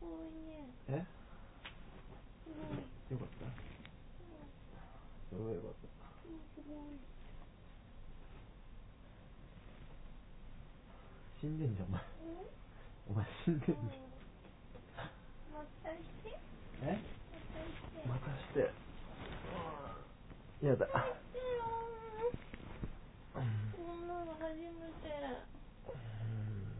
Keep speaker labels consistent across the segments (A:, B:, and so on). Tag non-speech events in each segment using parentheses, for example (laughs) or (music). A: ごいね。
B: え
A: すご
B: よ
A: い。
B: かったすごいよかった
A: すごい。
B: 死んでんじゃんお前お
A: うん。
B: 前死んでんじ
A: (laughs) またして。
B: ゃんえ
A: またして。
B: またしてやだ
A: (laughs) こんなの初めて。うん。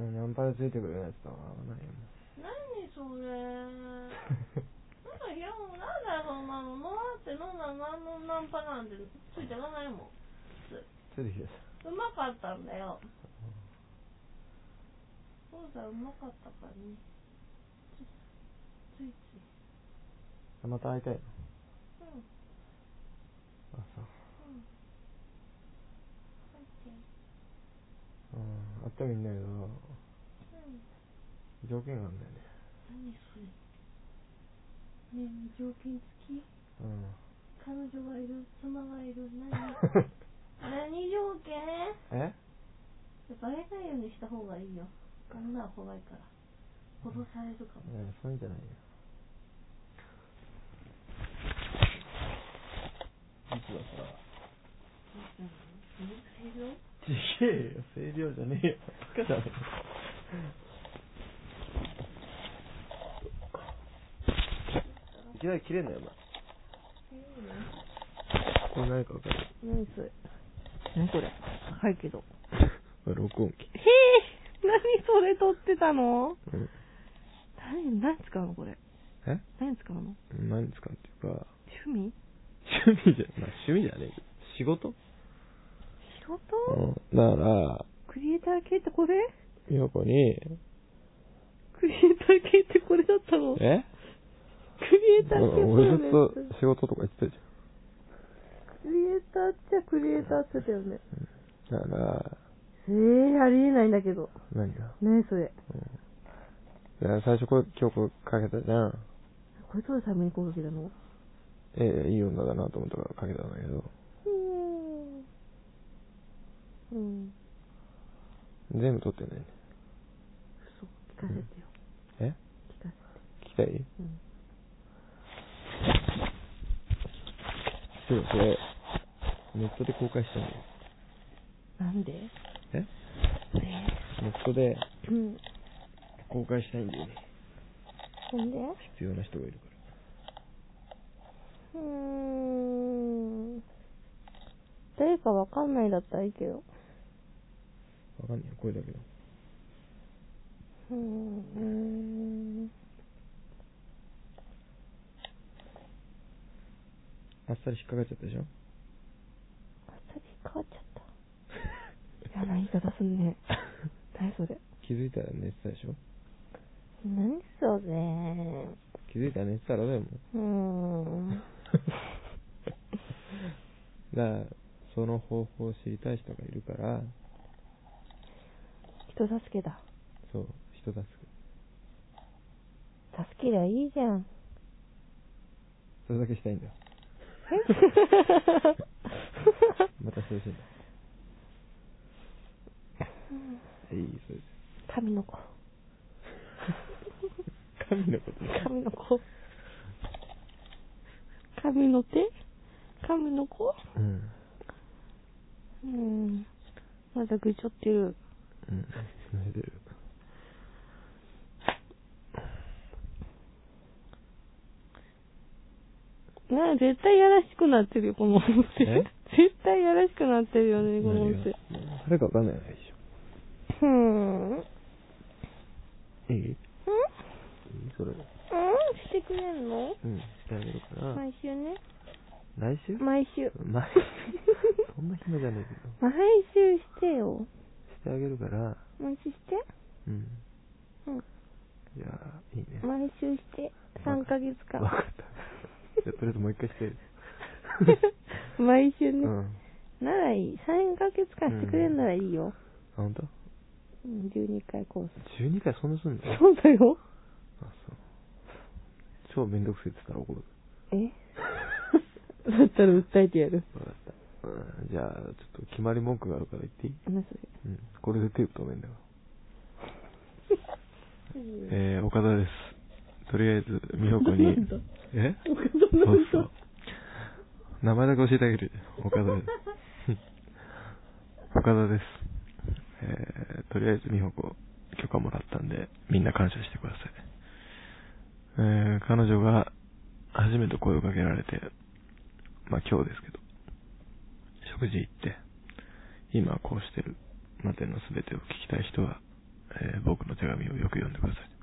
B: うんナンパでついてくるやつだわ何も
A: 何それ。
B: (laughs)
A: なんかいやもうなんだよそんなの。もうだって飲んだなんのナンパなんてついてかないもん。
B: ついてきて
A: うまかったんだよ。そうだうまかったからね。つついつい。
B: たまた会いたいの
A: うん。
B: あそう
A: うん。入って。
B: うん会ってもいいんだけど
A: うん。
B: 条件があるんだよね
A: 何それ。ねえ、条件付き
B: うん
A: 彼女がいる、妻がいる、 (laughs) 何何条件
B: (laughs) え
A: バレないようにした方がいいよ。女は怖いから。殺されるかも。
B: ねそういうんじゃないよいつださ
A: うん。よ
B: ちげえよ清涼じゃねえよいきなり切れんなよお前これ何か分かる
A: 何それ。何これ。高いけど。
B: これ録音機
A: へえ何それ撮ってたの
B: うん
A: 何、何使うのこれ。
B: え
A: 何使うの
B: 何使うっていうか
A: 趣味
B: 趣味じゃ、まあ、趣味じゃねえ仕事
A: 仕事
B: うんだから
A: クリエイター系ってこれ
B: 陽子に
A: クリエイター系ってこれだったのクリ
B: え
A: エイター系これ
B: 俺
A: だ
B: ずっ
A: よ
B: と
A: ね
B: 仕事とか言ってたじ
A: クリエイターっちゃクリエイターってだよね。
B: ゃんだから
A: えー、ありえないんだけど。
B: 何が
A: ねそれ。
B: いや最初これ曲かけたじゃん
A: これ撮るためにこうかけたの
B: ええいい女だなと思ったからかけたんだけど
A: うん。うん。
B: 全部撮ってないね
A: 嘘。聞かせてよ。
B: え
A: 聞かせて。
B: 聞きたい
A: うん。
B: そうこれネットで公開したんだよ
A: なんで
B: え
A: え
B: ネットで
A: うん。
B: 公開したいんだよね
A: ほんで
B: 必要な人がいるか
A: うーん。誰かわかんないだったらいいけど。
B: らわかんないよこれだけど
A: うーん。
B: あっさり引っかかっちゃったでしょ
A: あっさり変わっちゃった。嫌な言い方すんね。何それ。
B: 気づいたら寝てたでしょ
A: 何それ。
B: 気づいたら寝てたらだよもう
A: うー
B: だ
A: ん。
B: からその方法を知りたい人がいるから
A: 人助けだ。
B: そう人助け
A: 助けりゃいいじゃ (laughs) ん。
B: それだけしたいんだよまたそれしいんだいいそれで
A: 神の子。
B: (laughs) 神のこと
A: 神の子。神の手神の子
B: うん
A: うん。まだぐちょってる。
B: うん寝てる
A: な、絶対やらしくなってるよ、このお店
B: え。
A: 絶対やらしくなってるよね、このお店。
B: 誰かわかんないでし
A: ふーん。んん
B: ょいいいいそれう
A: してくれんの
B: んしてあげるから、
A: 毎週ね。
B: 来週
A: 毎週。 (laughs)
B: 毎週そんな暇じゃねえけど
A: 毎週してよ。
B: してあげるから
A: 毎週して。
B: うん
A: うん。
B: いやーいいね
A: 毎週して。3ヶ月
B: わ
A: 間。
B: かったじゃあとりあえずもう一回して
A: (laughs) 毎週
B: う
A: ね。
B: んあ
A: ならいい。3ヶ月間してくれんならいいよ。
B: 本当
A: うん、12回コース。
B: ?12 回そんなすんの
A: そうだよ。
B: あそう超 (laughs) めんどくせえって言ったら怒る
A: えだったら訴えてやる。
B: わかったうんじゃあ、ちょっと決まり文句があるから言っていい
C: 何そ
B: うん。これでテープ止めんだから。
C: れ。
B: えー、岡田です。とりあえず、美穂子に
C: なんだ。
B: え
C: 岡
B: そ
C: 田なん
B: う
C: だ
B: そう。名前だけ教えてあげる。岡田 (laughs) です。岡田です。えー、とりあえず美穂子、許可もらったんで、みんな感謝してください。えー、彼女が初めて声をかけられて、まあ今日ですけど、食事行って、今こうしてるまでの全てを聞きたい人は、えー僕の手紙をよく読んでください。